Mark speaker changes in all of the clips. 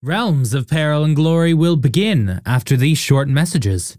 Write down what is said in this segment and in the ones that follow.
Speaker 1: Realms of Peril and Glory will begin after these short messages.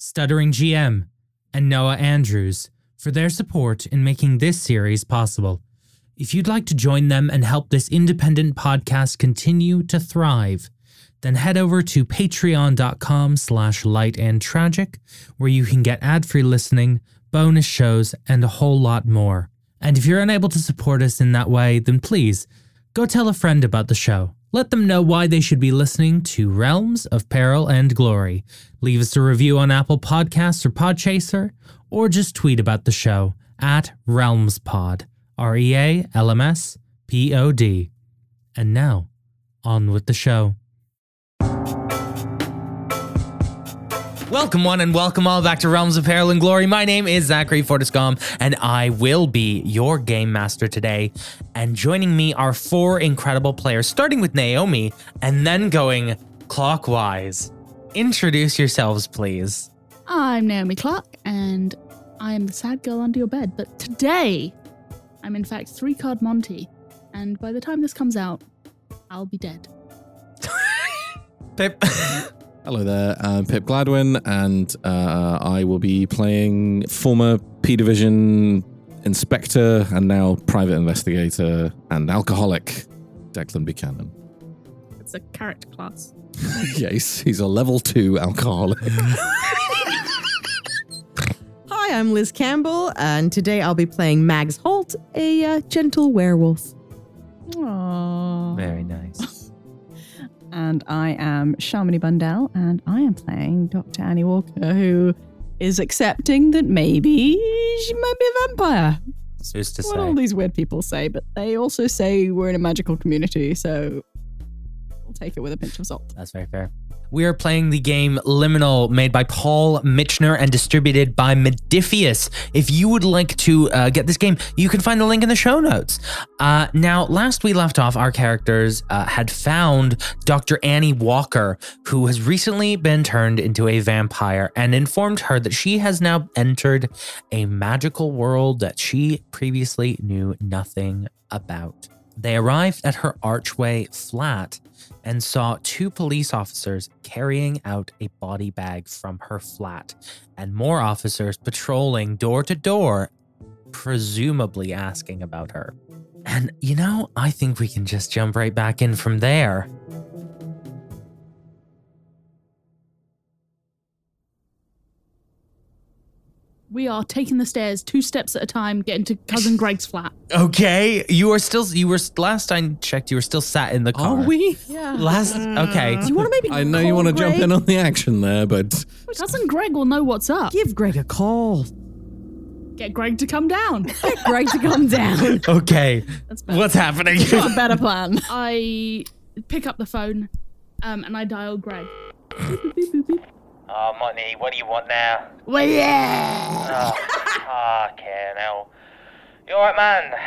Speaker 1: Stuttering GM, and Noah Andrews, for their support in making this series possible. If you'd like to join them and help this independent podcast continue to thrive, then head over to patreon.com slash light and tragic, where you can get ad-free listening, bonus shows, and a whole lot more. And if you're unable to support us in that way, then please go tell a friend about the show. Let them know why they should be listening to Realms of Peril and Glory. Leave us a review on Apple Podcasts or Podchaser, or just tweet about the show at RealmsPod, R E A L M S P O D. And now, on with the show. Welcome, one, and welcome all back to Realms of Peril and Glory. My name is Zachary Fortiscom, and I will be your game master today. And joining me are four incredible players, starting with Naomi and then going clockwise. Introduce yourselves, please.
Speaker 2: I'm Naomi Clark, and I am the sad girl under your bed. But today, I'm in fact three card Monty, and by the time this comes out, I'll be dead.
Speaker 1: Pip.
Speaker 3: Hello there, I'm Pip Gladwin, and uh, I will be playing former P Division inspector and now private investigator and alcoholic Declan Buchanan.
Speaker 2: It's a character class.
Speaker 3: yeah, he's, he's a level two alcoholic.
Speaker 4: Hi, I'm Liz Campbell, and today I'll be playing Mags Holt, a uh, gentle werewolf.
Speaker 5: Aww.
Speaker 1: Very nice.
Speaker 5: And I am Sharmini Bundell, and I am playing Dr. Annie Walker, who is accepting that maybe she might be a vampire.
Speaker 1: Who's to
Speaker 5: That's what all
Speaker 1: say?
Speaker 5: these weird people say, but they also say we're in a magical community, so we'll take it with a pinch of salt.
Speaker 1: That's very fair. We are playing the game Liminal, made by Paul Mitchner and distributed by Modifius. If you would like to uh, get this game, you can find the link in the show notes. Uh, now, last we left off, our characters uh, had found Dr. Annie Walker, who has recently been turned into a vampire, and informed her that she has now entered a magical world that she previously knew nothing about. They arrived at her archway flat and saw two police officers carrying out a body bag from her flat and more officers patrolling door to door, presumably asking about her. And you know, I think we can just jump right back in from there.
Speaker 2: We are taking the stairs two steps at a time, getting to cousin Greg's flat.
Speaker 1: Okay, you are still you were last I checked you were still sat in the car.
Speaker 3: we?
Speaker 4: Yeah.
Speaker 1: Last
Speaker 2: Mm.
Speaker 1: okay.
Speaker 4: Do you want to maybe?
Speaker 3: I know you want to jump in on the action there, but
Speaker 2: Cousin Greg will know what's up.
Speaker 4: Give Greg a call.
Speaker 2: Get Greg to come down.
Speaker 4: Get Greg to come down.
Speaker 1: Okay.
Speaker 2: That's better.
Speaker 1: What's happening?
Speaker 5: A better plan.
Speaker 2: I pick up the phone, um, and I dial Greg.
Speaker 6: Oh, Monty, what do you want now?
Speaker 2: Well, yeah.
Speaker 6: Oh, fucking hell. You alright, man?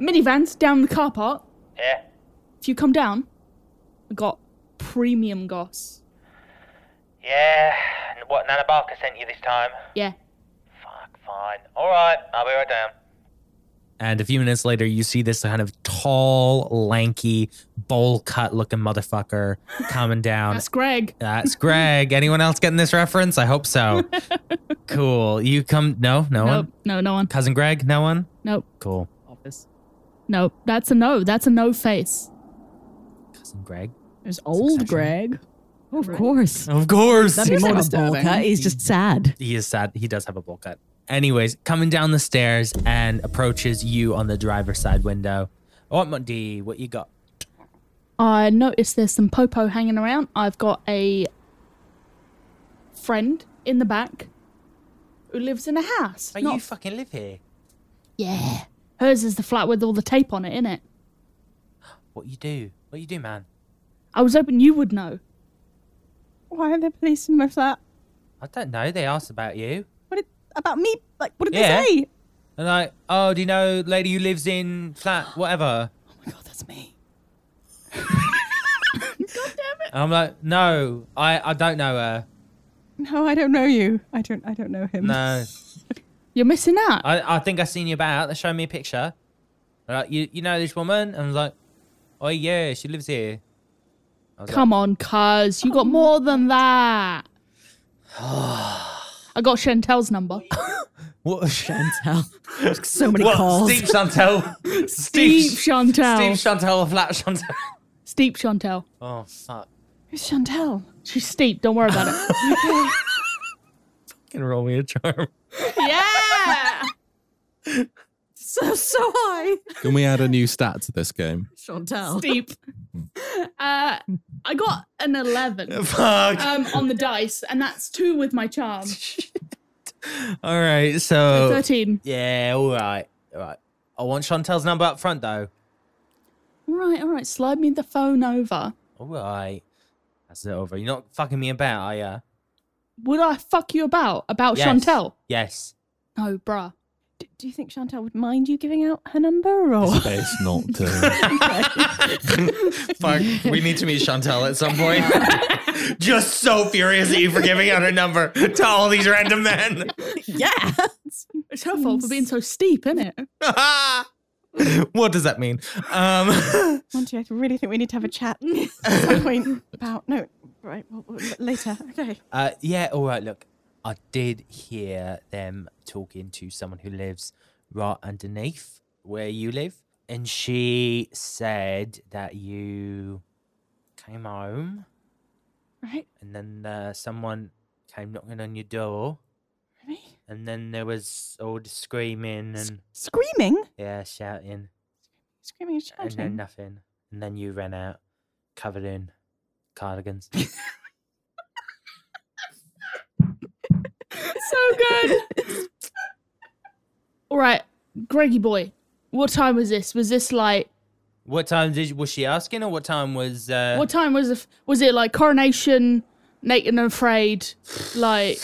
Speaker 2: Minivans down the car park.
Speaker 6: Yeah?
Speaker 2: If you come down, I got premium goss.
Speaker 6: Yeah. n- What, Nana Barker sent you this time?
Speaker 2: Yeah.
Speaker 6: Fuck, fine. Alright, I'll be right down.
Speaker 1: And a few minutes later, you see this kind of tall, lanky, bowl cut looking motherfucker coming down.
Speaker 2: That's Greg.
Speaker 1: That's Greg. Anyone else getting this reference? I hope so. cool. You come. No, no
Speaker 2: nope.
Speaker 1: one.
Speaker 2: No, no one.
Speaker 1: Cousin Greg, no one.
Speaker 2: Nope.
Speaker 1: Cool.
Speaker 5: Office.
Speaker 2: Nope. That's a no. That's a no face.
Speaker 1: Cousin Greg.
Speaker 5: There's old
Speaker 1: Succession.
Speaker 5: Greg.
Speaker 4: Oh, of course.
Speaker 1: Of course.
Speaker 4: That'd be
Speaker 5: Seems
Speaker 4: more of a bowl
Speaker 5: disturbing.
Speaker 4: cut. He's just sad.
Speaker 1: He is sad. He does have a bowl cut. Anyways, coming down the stairs and approaches you on the driver's side window. What Monty? What you got?
Speaker 2: I noticed there's some popo hanging around. I've got a friend in the back who lives in a house.
Speaker 1: Oh,
Speaker 2: Not-
Speaker 1: you fucking live here.
Speaker 2: yeah. Hers is the flat with all the tape on it, innit?
Speaker 1: What you do? What you do, man?
Speaker 2: I was hoping you would know.
Speaker 5: Why are there police in my flat?
Speaker 1: I don't know. They asked about you.
Speaker 5: What did, about me? Like, what did
Speaker 1: Yeah.
Speaker 5: they say?
Speaker 1: And like, oh, do you know lady who lives in flat whatever?
Speaker 5: Oh my god, that's me.
Speaker 1: And I'm like, no, I I don't know her.
Speaker 5: No, I don't know you. I don't. I don't know him.
Speaker 1: No.
Speaker 2: You're missing out.
Speaker 1: I, I think I seen you about. They showed me a picture. They're Like you, you know this woman, and I was like, oh yeah, she lives here. I was
Speaker 2: Come on, cuz. You
Speaker 5: Um,
Speaker 2: got more than that. I got Chantel's number.
Speaker 1: Like, what a
Speaker 4: Chantel. so many
Speaker 1: What?
Speaker 4: calls.
Speaker 1: Steve Chantel.
Speaker 2: Deep
Speaker 1: Steve Steve
Speaker 2: Chantel.
Speaker 1: Chantel or Flat Chantel.
Speaker 2: Steep Chantel.
Speaker 1: Oh fuck!
Speaker 5: Who's Chantel?
Speaker 2: She's steep. Don't worry about it.
Speaker 1: Can roll me a charm.
Speaker 2: yeah.
Speaker 4: so so high.
Speaker 3: Can we add a new stat to this game?
Speaker 4: Chantel.
Speaker 2: Steep. Uh, I got an 11
Speaker 1: Fuck.
Speaker 2: um, on the dice, and that's two with my charm.
Speaker 1: all right, so
Speaker 2: 13.
Speaker 1: yeah, all right, all right. I want Chantel's number up front though.
Speaker 2: All right, all right. Slide me the phone over.
Speaker 1: All right, that's it over. You're not fucking me about, are ya?
Speaker 2: Would I fuck you about?
Speaker 5: Oh,
Speaker 2: About
Speaker 1: Yes.
Speaker 2: Chantel?
Speaker 1: Yes.
Speaker 2: No, bruh.
Speaker 5: D- do you think Chantel would mind you giving out her number? Or
Speaker 3: It's not. Uh,
Speaker 1: Fuck, we need to meet Chantel at some point. Just so furious at you for giving out a number to all these random men.
Speaker 4: Yeah.
Speaker 2: It's her fault for being so steep, isn't it?
Speaker 1: what does that mean? Um,
Speaker 5: Monty, I really think we need to have a chat at some point about no. Right, well, well, later. Okay.
Speaker 1: Uh, yeah, all right. Look, I did hear them talking to someone who lives right underneath where you live, and she said that you came home,
Speaker 5: Right,
Speaker 1: and then uh, someone came knocking on your door,
Speaker 5: really?
Speaker 1: and then there was all the screaming and
Speaker 5: Screaming,
Speaker 1: yeah, shouting,
Speaker 5: screaming, and
Speaker 1: and
Speaker 5: shouting.
Speaker 1: then nothing, and then you ran out covered in cardigans.
Speaker 2: so good. All right, Greggy boy, what time was this? Was this like
Speaker 1: what time did was she asking, or what time was? Uh,
Speaker 2: what time was it? Was it like coronation, naked and afraid, like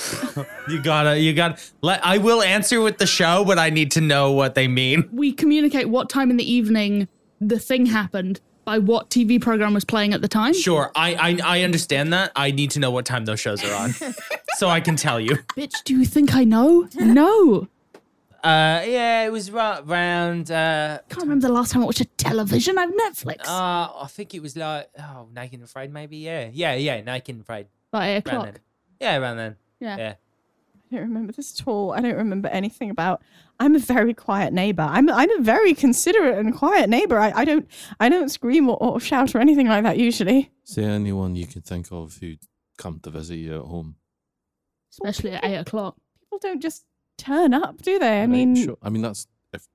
Speaker 1: You gotta, you gotta. Let, I will answer with the show, but I need to know what they mean.
Speaker 2: we communicate what time in the evening the thing happened by what TV program was playing at the time?
Speaker 1: Sure, I, I, I understand that. I need to know what time those shows are on, so I can tell you.
Speaker 2: Bitch, do you think I know? No,
Speaker 1: Uh, yeah, it was right round. Uh,
Speaker 2: can't remember the last time I watched a television. I've Netflix.
Speaker 1: uh, I think it was like, oh, Naked and Afraid, maybe. Yeah, yeah, yeah, Naked and Afraid.
Speaker 2: like eight
Speaker 1: Around
Speaker 2: o'clock.
Speaker 1: then. Yeah, around then.
Speaker 2: Yeah.
Speaker 1: yeah.
Speaker 5: I don't remember this at all. I don't remember anything about. I'm a very quiet neighbor. I'm I'm a very considerate and quiet neighbor. I, I don't I don't scream or, or shout or anything like that usually.
Speaker 3: is there anyone you can think of who'd come to visit you at home?
Speaker 2: Especially at eight o'clock.
Speaker 5: People don't just turn up, do they? I
Speaker 3: Right,
Speaker 5: mean,
Speaker 3: sure. I mean that's if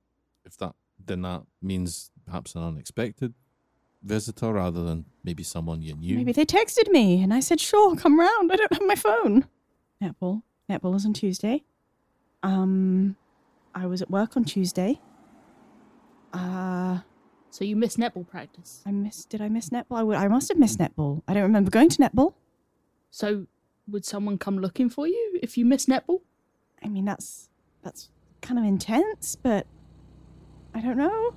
Speaker 3: if that then that means perhaps an unexpected visitor rather than maybe someone you knew.
Speaker 5: maybe they texted me and I said, "Sure, come round." I don't have my phone. Netball. Netball is on Tuesday. Um, I was at work on Tuesday. Uh,
Speaker 2: So you missed netball practice.
Speaker 5: I missed. Did I miss netball? I would. I must have missed netball. I don't remember going to netball.
Speaker 2: So would someone come looking for you if you missed netball?
Speaker 5: I mean, that's that's kind of intense, but I don't know.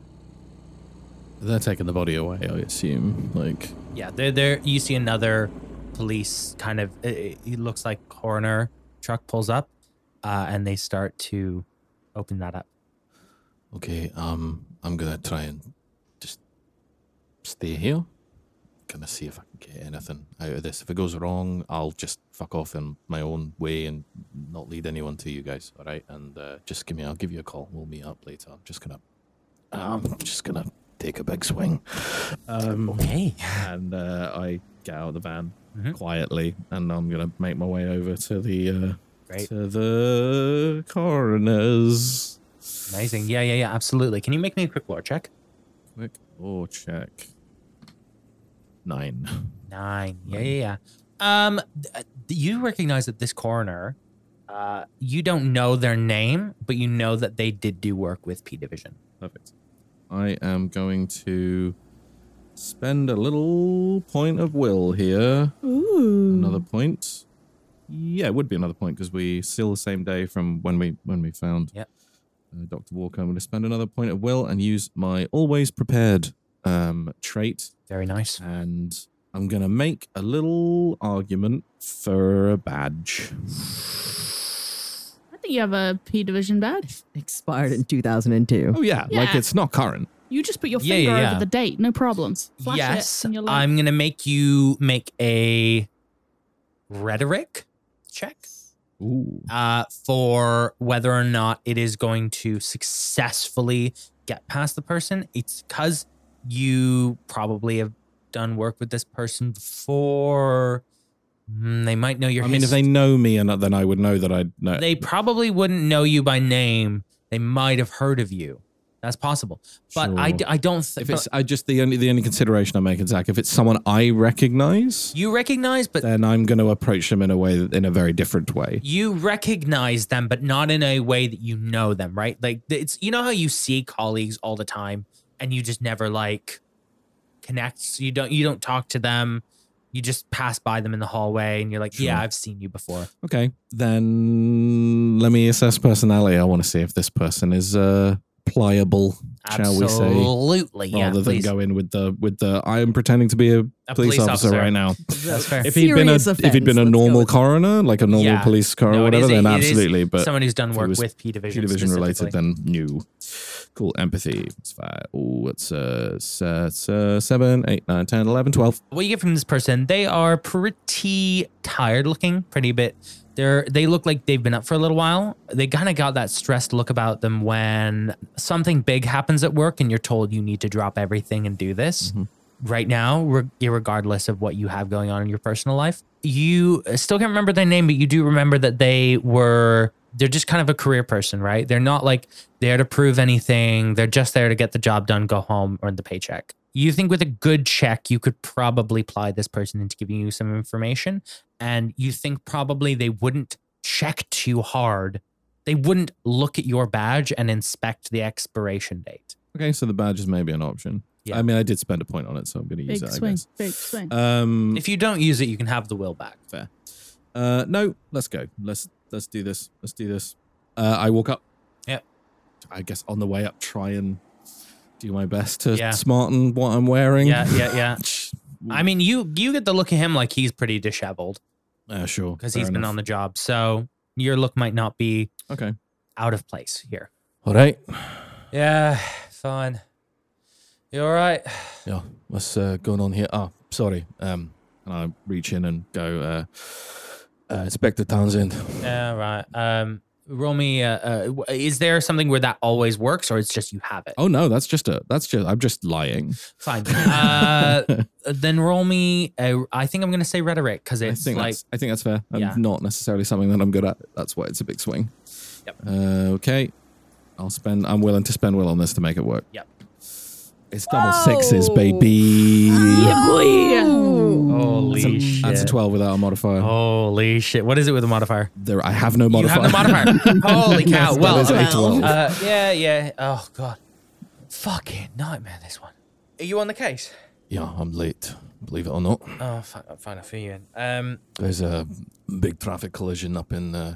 Speaker 3: They're taking the body away, I assume. Like,
Speaker 1: Yeah, there, there. You see another police kind of. It, it- it looks like coroner truck pulls up, uh, and they start to open that up.
Speaker 3: okay, um, I'm gonna try and just stay here. Gonna see if I can get anything out of this. If it goes wrong, I'll just fuck off in my own way and not lead anyone to you guys. All right, and uh, just give me. I'll give you a call. We'll meet up later. I'm just gonna. I'm just gonna take a big swing. Um,
Speaker 1: Okay.
Speaker 3: and uh, I get out of the van
Speaker 1: Mhm.
Speaker 3: quietly, and I'm gonna make my way over to the uh,
Speaker 1: Great.
Speaker 3: to the coroner's.
Speaker 1: Amazing. Yeah, yeah, yeah. Absolutely. Can you make me a quick lore check?
Speaker 3: Quick or check. Nine.
Speaker 1: Nine. Yeah, yeah, yeah. Um, th- you recognize that this coroner. Uh, you don't know their name, but you know that they did do work with P Division.
Speaker 3: Perfect. I am going to spend a little point of will here.
Speaker 4: Ooh.
Speaker 1: Hmm.
Speaker 3: Another point. Yeah, it would be another point because we still the same day from when we when we found
Speaker 1: Yep.
Speaker 3: uh, Doctor Walker. I'm going to spend another point of will and use my always prepared um, trait,
Speaker 1: Very nice.
Speaker 3: and I'm going to make a little argument for a badge.
Speaker 2: I think you have a P division badge.
Speaker 4: Expired in 2002.
Speaker 3: Oh yeah, like
Speaker 2: Yeah.
Speaker 3: it's not current.
Speaker 2: You just put your
Speaker 1: Yeah,
Speaker 2: finger
Speaker 1: yeah, yeah.
Speaker 2: over the date, no problems. Flash
Speaker 1: yes,
Speaker 2: it and you're like,
Speaker 1: I'm gonna make you make a rhetoric check
Speaker 3: Ooh,
Speaker 1: uh, for whether or not it is going to successfully get past the person. It's because you probably have done work with this person before. Mm, they might know your.
Speaker 3: I mean, if
Speaker 1: hist-
Speaker 3: they know me, and then I would know that I know.
Speaker 1: they probably wouldn't know you by name. They might have heard of you. That's possible, but I,
Speaker 3: Sure.
Speaker 1: d- I don't. Th-
Speaker 3: if it's I just the only the only consideration I'm making, Zach, if it's someone I recognize,
Speaker 1: you recognize, but
Speaker 3: then I'm going to approach them in a way that, in a very different way.
Speaker 1: you recognize them but not in a way that you know them right like th- it's you know how you see colleagues all the time and you just never like connect you don't you don't talk to them you just pass by them in the hallway and you're like yeah
Speaker 3: Sure.
Speaker 1: i've seen you before
Speaker 3: Okay, then let me assess personality. I want to see if this person is uh, pliable, shall we say,
Speaker 1: absolutely yeah
Speaker 3: rather than
Speaker 1: please.
Speaker 3: go in with the with the I am pretending to be a,
Speaker 1: A
Speaker 3: police, officer, right now.
Speaker 1: that's fair
Speaker 3: If he'd been a
Speaker 4: Serious
Speaker 3: if he'd been a
Speaker 4: offense, let's go
Speaker 3: normal
Speaker 4: with that.
Speaker 3: coroner, like a normal
Speaker 1: Yeah.
Speaker 3: police coroner,
Speaker 1: No,
Speaker 3: or
Speaker 1: it is-
Speaker 3: whatever, then
Speaker 1: it is
Speaker 3: absolutely. But
Speaker 1: someone who's done
Speaker 3: if it
Speaker 1: work
Speaker 3: was
Speaker 1: with p division
Speaker 3: Two division related,
Speaker 1: specifically.
Speaker 3: then new. Cool. Empathy. It's five. Oh, it's uh, s- uh, it's, uh, seven, eight, nine, 10, 11, 12.
Speaker 1: what you get from this person they are pretty tired looking pretty bit they're they look like they've been up for a little while they kind of got that stressed look about them when something big happens at work and you're told you need to drop everything and do this right now re- regardless of what you have going on in your personal life you still can't remember their name but you do remember that they were they're just kind of a career person right they're not like there to prove anything they're just there to get the job done go home earn the paycheck you think with a good check you could probably ply this person into giving you some information and you think probably they wouldn't check too hard they wouldn't look at your badge and inspect the expiration date
Speaker 3: Okay, so the badge is maybe an option.
Speaker 1: Yeah.
Speaker 3: I mean, I did spend a point on it, so I'm going to use
Speaker 2: big
Speaker 3: it, I
Speaker 2: swing,
Speaker 3: guess.
Speaker 2: big swing.
Speaker 3: Um,
Speaker 1: if you don't use it you can have the will back
Speaker 3: uh, no, let's go. Let's let's do this. Let's do this. Uh, I walk up.
Speaker 1: Yep.
Speaker 3: I guess on the way up, try and do my best to
Speaker 1: Yeah.
Speaker 3: smarten what I'm wearing.
Speaker 1: yeah yeah yeah i mean you you get the look at him like he's pretty disheveled
Speaker 3: Uh, sure.
Speaker 1: because
Speaker 3: fair
Speaker 1: he's been
Speaker 3: enough.
Speaker 1: on the job so your look might not be
Speaker 3: Okay.
Speaker 1: out of place here
Speaker 3: All right.
Speaker 1: yeah fine you all right
Speaker 3: Yeah, what's uh, going on here? Ah, sorry. Um, and I reach in and go, uh, uh, Inspector Townsend.
Speaker 1: Yeah, right. Um, roll me. Uh, uh, w- is there something where that always works, or it's just you have it?
Speaker 3: Oh no, that's just a. That's just. I'm just lying.
Speaker 1: Fine. Uh, then roll me. A, I think I'm gonna say rhetoric because
Speaker 3: I
Speaker 1: it's
Speaker 3: think
Speaker 1: like
Speaker 3: that's. I think that's fair. Um, I'm
Speaker 1: Yeah.
Speaker 3: not necessarily something that I'm good at. That's why it's a big swing.
Speaker 1: Yep.
Speaker 3: Uh, okay. I'll spend. I'm willing to spend will on this to make it work.
Speaker 1: Yep.
Speaker 3: It's double sixes, baby.
Speaker 1: holy shit.
Speaker 3: That's a twelve without a modifier.
Speaker 1: Holy shit! What is it with a modifier?
Speaker 3: There, I have no
Speaker 1: You
Speaker 3: modifier.
Speaker 1: have the modifier. holy cow!
Speaker 3: Yes, that
Speaker 1: well,
Speaker 3: is a
Speaker 1: okay.
Speaker 3: 12.
Speaker 1: uh, yeah, yeah. Oh god, fucking nightmare. This one. Are you on the case?
Speaker 3: yeah, I'm late. Believe it or not.
Speaker 1: Oh, fine. Fine, I'll fill you in. Um,
Speaker 3: There's a big traffic collision up in uh,
Speaker 1: Oh,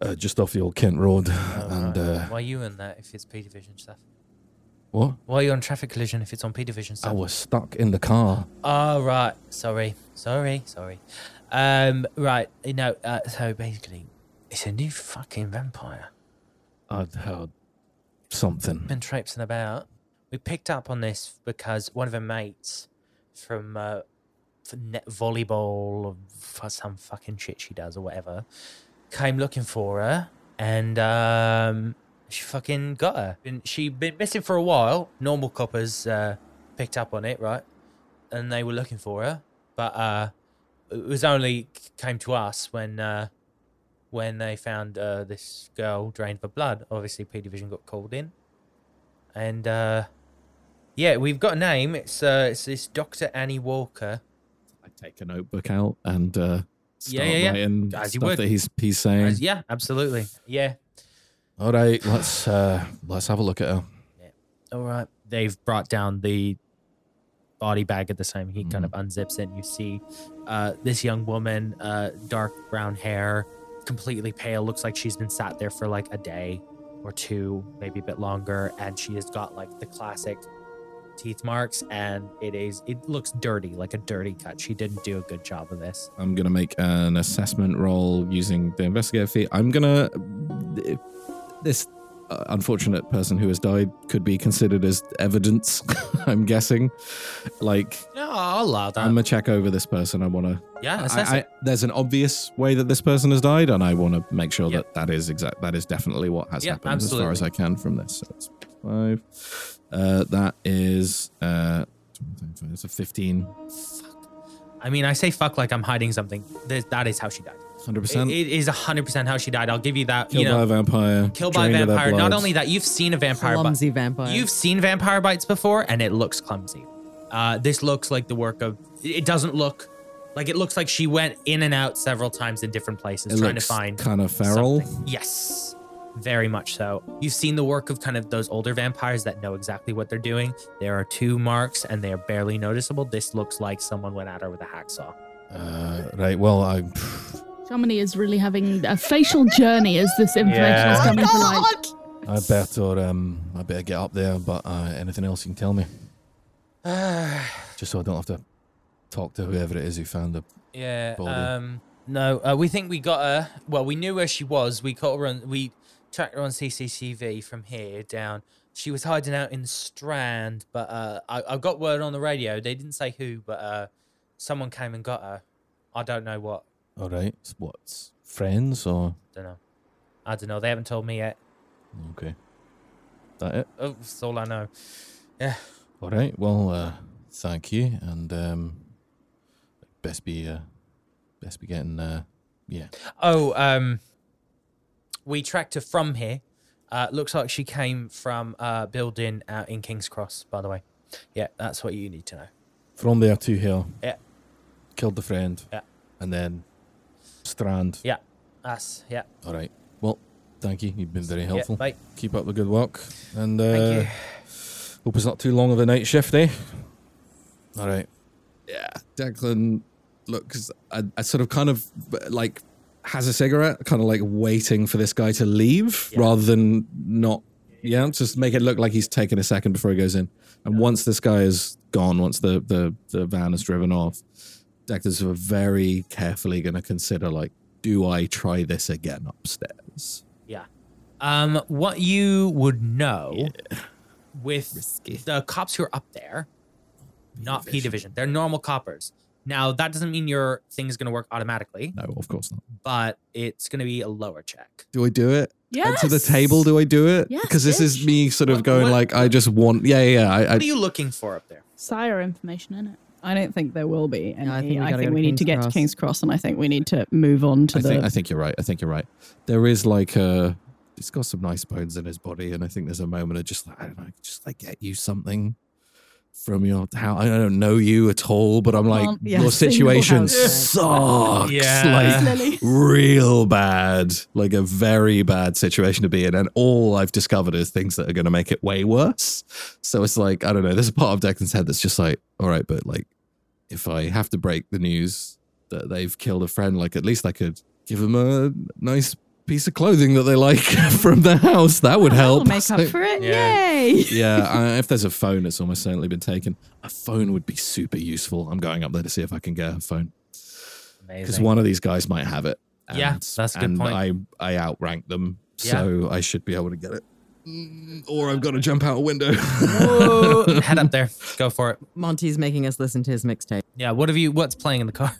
Speaker 3: uh, just off the old Kent Road, and uh,
Speaker 1: why are you in that if it's P division stuff?
Speaker 3: What?
Speaker 1: Why are you on traffic collision if it's on P division?
Speaker 3: I
Speaker 1: sir?
Speaker 3: was stuck in the car.
Speaker 1: Oh, right. Sorry. Sorry. Sorry. Um, right. You know, uh, so basically, it's a new fucking vampire.
Speaker 3: I'd heard something.
Speaker 1: Been traipsing about. We picked up on this because one of her mates from uh, f- net volleyball or f- some fucking shit she does or whatever came looking for her and um, she fucking got her. And she'd been missing for a while. Normal coppers uh, picked up on it, right? and they were looking for her, but uh, it was only came to us when uh, when they found uh, this girl drained of blood. Obviously, P Division got called in, and uh, yeah, we've got a name. It's uh, it's this Doctor Annie Walker.
Speaker 3: I take a notebook out and uh, start
Speaker 1: yeah, yeah.
Speaker 3: writing
Speaker 1: As you
Speaker 3: stuff
Speaker 1: would.
Speaker 3: that he's he's saying.
Speaker 1: Yeah, absolutely. Yeah.
Speaker 3: All right, let's uh, let's have a look at her.
Speaker 1: All right. They've brought down the body bag at the time. He kind of unzips it, and you see uh, this young woman, uh, dark brown hair, completely pale. Looks like she's been sat there for like a day or two, maybe a bit longer. And she has got like the classic teeth marks, and it is it looks dirty, like a dirty cut. She didn't do a good job of this.
Speaker 3: I'm gonna make an assessment roll using the investigator fee. I'm gonna this uh, unfortunate person who has died could be considered as evidence. I'm guessing. Like
Speaker 1: No, I'll allow that.
Speaker 3: I'm gonna check over this person. I wanna.
Speaker 1: yeah,
Speaker 3: I-
Speaker 1: assess
Speaker 3: I-
Speaker 1: it.
Speaker 3: there's an obvious way that this person has died, and I want to make sure
Speaker 1: Yeah.
Speaker 3: that that is exact. That is definitely what has
Speaker 1: Yeah,
Speaker 3: happened as far
Speaker 1: absolutely.
Speaker 3: as I can from this. So it's five. Uh, that is uh, it's a 15.
Speaker 1: I mean, I say fuck like I'm hiding something. This, that is how she died.
Speaker 3: 100%.
Speaker 1: It- it is hundred percent how she died. I'll give you that.
Speaker 3: Killed
Speaker 1: you know,
Speaker 3: by a vampire.
Speaker 1: Kill by
Speaker 3: drained of their
Speaker 1: vampire. Not
Speaker 3: blood.
Speaker 1: only that, you've seen a vampire bite.
Speaker 4: Clumsy vampire.
Speaker 1: You've seen vampire bites before, and it looks clumsy. Uh, this looks like the work of. It doesn't look like it looks like she went in and out several times in different places
Speaker 3: it
Speaker 1: trying to
Speaker 3: looks
Speaker 1: find.
Speaker 3: kind of feral.
Speaker 1: something. Yes, very much so. You've seen the work of kind of those older vampires that know exactly what they're doing. There are two marks, and they are barely noticeable. This looks like someone went at her with a hacksaw.
Speaker 3: Uh, right. Well, I.
Speaker 2: Chamonix is really having a facial journey as this information
Speaker 5: Oh
Speaker 2: is coming to light.
Speaker 3: I better um I better get up there. But uh, anything else you can tell me, just so I don't have to talk to whoever it is who found the
Speaker 1: Yeah.
Speaker 3: Boulder.
Speaker 1: Um. No. Uh, we think we got her. Well, we knew where she was. We caught her on. We tracked her on CCTV from here down. She was hiding out in the Strand, but uh, I, I got word on the radio. They didn't say who, but uh, someone came and got her. I don't know what.
Speaker 3: All right. s- What's friends Oh, or
Speaker 1: Don't know. I don't know. They haven't told me yet.
Speaker 3: okay? That it.
Speaker 1: Oh, that's all I know.
Speaker 3: All right. Well, uh, thank you, and um, best be uh, best be getting uh, yeah.
Speaker 1: Oh, um, we tracked her from here. Uh, looks like she came from uh building out in King's Cross. By the way, yeah, that's what you need to know.
Speaker 3: From there to here.
Speaker 1: Yeah.
Speaker 3: Killed the friend.
Speaker 1: Yeah.
Speaker 3: And then strand.
Speaker 1: Yeah, us. Yeah,
Speaker 3: All right. Well, thank you. You've been very helpful.
Speaker 1: Yeah, bye.
Speaker 3: Keep up the good work, and uh,
Speaker 1: Thank you.
Speaker 3: hope it's not too long of a night shift, eh? All right. Yeah, Declan looks. I, I sort of kind of like has a cigarette, kind of like waiting for this guy to leave
Speaker 1: Yeah.
Speaker 3: rather than not. Yeah, just make it look like he's taking a second before he goes in. And once this guy is gone, once the the, the van is driven off, Declan's sort of very carefully going to consider like, do I try this again upstairs?
Speaker 1: Yeah. Um, what you would know with
Speaker 3: Risky.
Speaker 1: the cops who are up there, not P division, they're normal coppers. Now that doesn't mean your thing is going to work automatically,
Speaker 3: No, of course not.
Speaker 1: but it's going to be a lower check.
Speaker 3: Do I do it?
Speaker 2: Yeah.
Speaker 3: And to the table, do I do it?
Speaker 2: Yes,
Speaker 3: Because this is
Speaker 2: bitch.
Speaker 3: me sort of
Speaker 1: What-
Speaker 3: going
Speaker 1: what-
Speaker 3: like, I just want, yeah, yeah, yeah. I, I,
Speaker 1: What are you looking for up there?
Speaker 2: Sire information in it.
Speaker 5: I don't think there will be. Any.
Speaker 4: No,
Speaker 5: I think we,
Speaker 4: gotta go to
Speaker 5: need to
Speaker 4: King's
Speaker 5: get to
Speaker 4: Cross.
Speaker 5: King's Cross, and I think we need to move on to
Speaker 3: I
Speaker 5: the.
Speaker 3: think, I think you're right. I think you're right. There is like a, it's got some nice bones in his body, and I think there's a moment of just like, I don't know, just like get you something from your how I don't know you at all, but I'm like
Speaker 2: Can't-
Speaker 4: yeah,
Speaker 3: your
Speaker 4: single
Speaker 3: situation
Speaker 4: house
Speaker 3: sucks.
Speaker 1: Yeah.
Speaker 3: Like,
Speaker 2: Lily.
Speaker 3: real bad, like a very bad situation to be in. And all I've discovered is things that are going to make it way worse. So it's like, I don't know. There's a part of Declan's head that's just like, all right, but like, if I have to break the news that they've killed a friend, like, at least I could give him a nice piece of clothing that they like from their house. That would
Speaker 5: That'll
Speaker 3: help.
Speaker 5: make up for it.
Speaker 1: Yeah.
Speaker 5: Yay!
Speaker 3: yeah, I, if there's a phone, it's almost certainly been taken. A phone would be super useful. I'm going up there to see if I can get a phone because
Speaker 1: Amazing.
Speaker 3: one of these guys might have it.
Speaker 1: Yeah, that's a good
Speaker 3: and
Speaker 1: point.
Speaker 3: I I outrank them, so I should be able to get it. Mm, Or I've got to jump out a window.
Speaker 1: Whoa. Head up there. Go for it.
Speaker 4: Monty's making us listen to his mixtape.
Speaker 1: Yeah. What have you? What's playing in the car?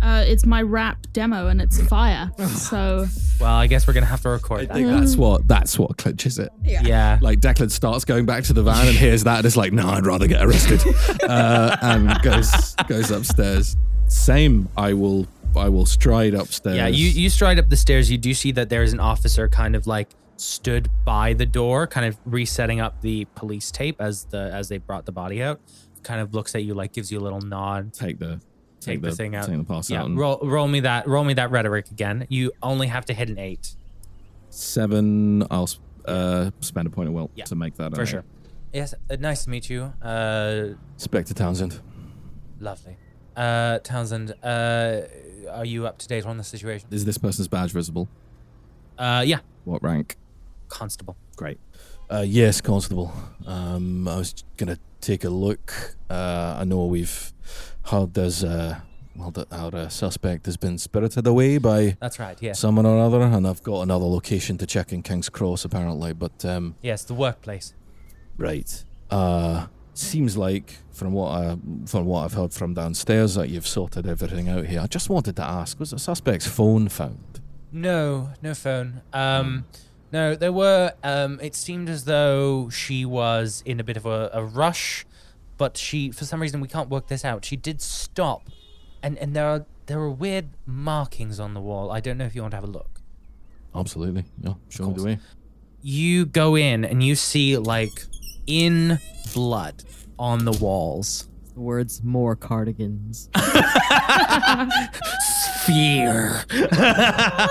Speaker 2: Uh, it's my rap demo and it's fire. so
Speaker 1: Well, I guess we're gonna have to record
Speaker 3: I
Speaker 1: that.
Speaker 3: think that's what that's what clinches it.
Speaker 1: yeah.
Speaker 3: Like Declan starts going back to the van and hears that and is like, "No, I'd rather get arrested," uh, and goes goes upstairs. Same. I will I will stride upstairs.
Speaker 1: Yeah, you, you stride up the stairs. You do see that there is an officer kind of like stood by the door, kind of resetting up the police tape as the as they brought the body out. Kind of looks at you like gives you a little nod.
Speaker 3: take the
Speaker 1: Take the thing out.
Speaker 3: Take the pass
Speaker 1: Yeah,
Speaker 3: out. and-
Speaker 1: roll roll me that roll me that rhetoric again. You only have to hit an eight
Speaker 3: Seven. I'll s- uh, spend a point of will
Speaker 1: Yeah,
Speaker 3: to make that
Speaker 1: for
Speaker 3: an eight.
Speaker 1: sure. Yes, uh, nice to meet you. Uh,
Speaker 3: Spectre Townsend.
Speaker 1: lovely. Uh, Townsend, uh, are you up to date on the situation?
Speaker 3: Is this person's badge visible?
Speaker 1: Uh, yeah,
Speaker 3: What rank?
Speaker 1: constable.
Speaker 3: Great. Uh, yes, Constable. Um, I was going to take a look. Uh, I know we've heard there's uh, well, that our uh, suspect has been spirited away by
Speaker 1: That's right. Uh, Yeah.
Speaker 3: someone or other, and I've got another location to check in King's Cross apparently. But um,
Speaker 1: Yes, the workplace.
Speaker 3: right, uh, seems like from what I, from what I've heard from downstairs that you've sorted everything out here. I just wanted to ask: was the suspect's phone found?
Speaker 1: No, no phone. Um, no, there were. Um, it seemed as though she was in a bit of a, a rush, but she, for some reason, we can't work this out. She did stop, and and there are there are weird markings on the wall. I don't know if you want to have a look.
Speaker 3: Absolutely. Yeah, show me
Speaker 1: course.
Speaker 3: the way.
Speaker 1: You go in and you see like in blood on the walls.
Speaker 4: The words more cardigans.
Speaker 1: Fear. uh,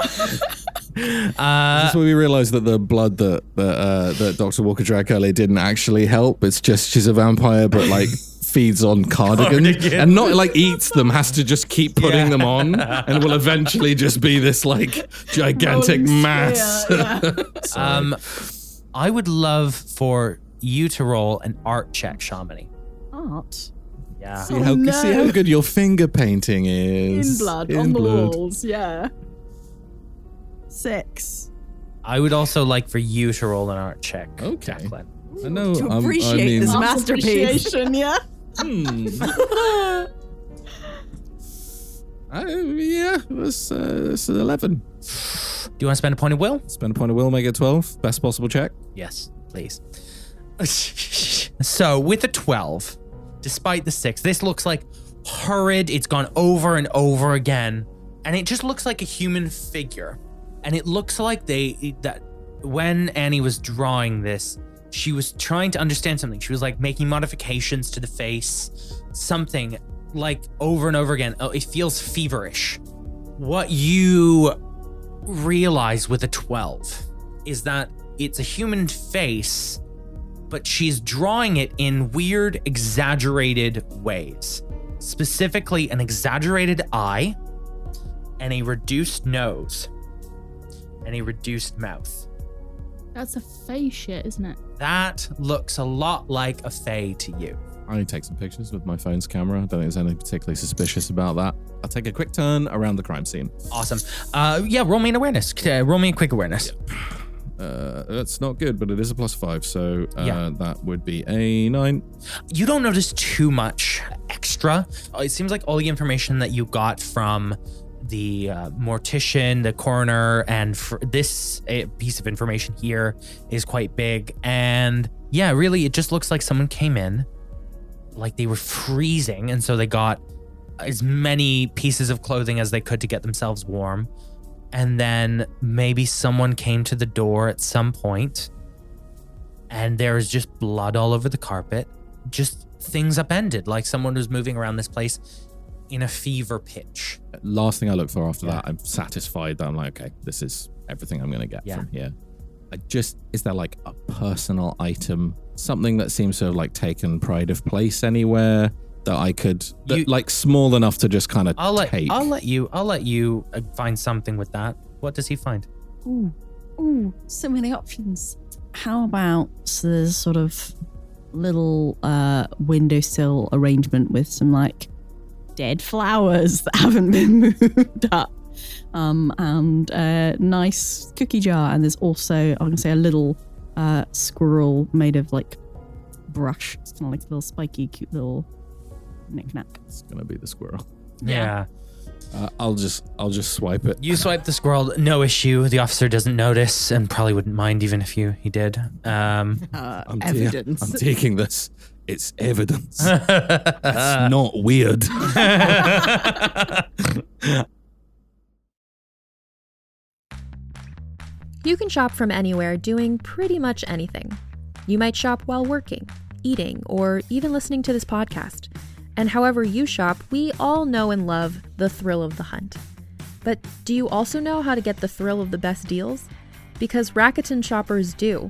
Speaker 3: That's where we realised that the blood that that, uh, that Doctor Walker drank earlier didn't actually help. It's just she's a vampire, but like feeds on cardigan, and not like eats them. Has to just keep putting them on, and will eventually just be this like gigantic
Speaker 2: Oh,
Speaker 1: Oh,
Speaker 3: mass.
Speaker 1: Um, I would love for you to roll an art check, Shamani.
Speaker 2: art
Speaker 1: Yeah.
Speaker 3: see, how, see how good your finger painting is
Speaker 2: in blood
Speaker 3: In
Speaker 2: on the
Speaker 3: blood.
Speaker 2: walls. Yeah.
Speaker 5: Six.
Speaker 1: I would also like for you to roll an art check,
Speaker 3: Okay.
Speaker 1: Declan.
Speaker 3: I know.
Speaker 4: To
Speaker 3: I'm- I
Speaker 4: appreciate
Speaker 3: mean-
Speaker 4: this
Speaker 2: Art
Speaker 4: masterpiece.
Speaker 2: appreciation, yeah.
Speaker 3: Hmm. I, Uh, yeah, that's uh, that's an eleven.
Speaker 1: Do you want to spend a point of will?
Speaker 3: Spend a point of will, make it twelve. Best possible check.
Speaker 1: Yes, please. so with a 12, despite the 6, this looks like horrid. It's gone over and over again. And it just looks like a human figure. And it looks like they that when Annie was drawing this, she was trying to understand something. She was like making modifications to the face, something like over and over again. Oh, it feels feverish. What you realize with a 12 is that it's a human face, but she's drawing it in weird, exaggerated ways. Specifically, an exaggerated eye and a reduced nose and a reduced mouth.
Speaker 2: That's a fey shit, isn't it?
Speaker 1: That looks a lot like a Fae to you.
Speaker 3: I take some pictures with my phone's camera. I don't think there's anything particularly suspicious about that. I'll take a quick turn around the crime scene.
Speaker 1: Awesome. Uh, yeah, roll me an awareness. Uh, roll me a quick awareness.
Speaker 3: Uh, that's not good, but it is a plus five, so uh,
Speaker 1: Yeah.
Speaker 3: that would be a nine.
Speaker 1: you don't notice too much extra. Uh, It seems like all the information that you got from the uh, mortician, the coroner, and fr- this uh, piece of information here is quite big. And yeah, really, it just looks like someone came in, like they were freezing, and so they got as many pieces of clothing as they could to get themselves warm. And then maybe someone came to the door at some point, and there is just blood all over the carpet just things upended, like someone was moving around this place in a fever pitch.
Speaker 3: Last thing I look for after that, I'm satisfied that I'm like, okay, this is everything I'm going to get
Speaker 1: Yeah.
Speaker 3: from here. I just, is there like a personal item, something that seems to have like taken pride of place anywhere that I could, that,
Speaker 1: You-
Speaker 3: like small enough to just kind of
Speaker 1: I'll let
Speaker 3: take?
Speaker 1: I'll let you I'll let you uh, find something with that. What does he find?
Speaker 5: Ooh, ooh, so many options.
Speaker 7: How about the sort of little uh, windowsill arrangement with some like dead flowers that haven't been moved up, um, and a nice cookie jar. And there's also I'm gonna say a little uh, squirrel made of like brush. It's kind of like a little spiky, cute little knickknack.
Speaker 3: It's gonna be the squirrel.
Speaker 1: Yeah.
Speaker 3: Uh, I'll just I'll just swipe it.
Speaker 1: You swipe the squirrel, no issue. The officer doesn't notice and probably wouldn't mind even if you he did. Um,
Speaker 4: Uh,
Speaker 3: I'm ta-
Speaker 4: evidence.
Speaker 3: I'm taking this. It's evidence. it's not weird.
Speaker 8: You can shop from anywhere doing pretty much anything. You might shop while working, eating, or even listening to this podcast. And however you shop, we all know and love the thrill of the hunt. But do you also know how to get the thrill of the best deals? Because Rakuten shoppers do.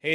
Speaker 9: Hey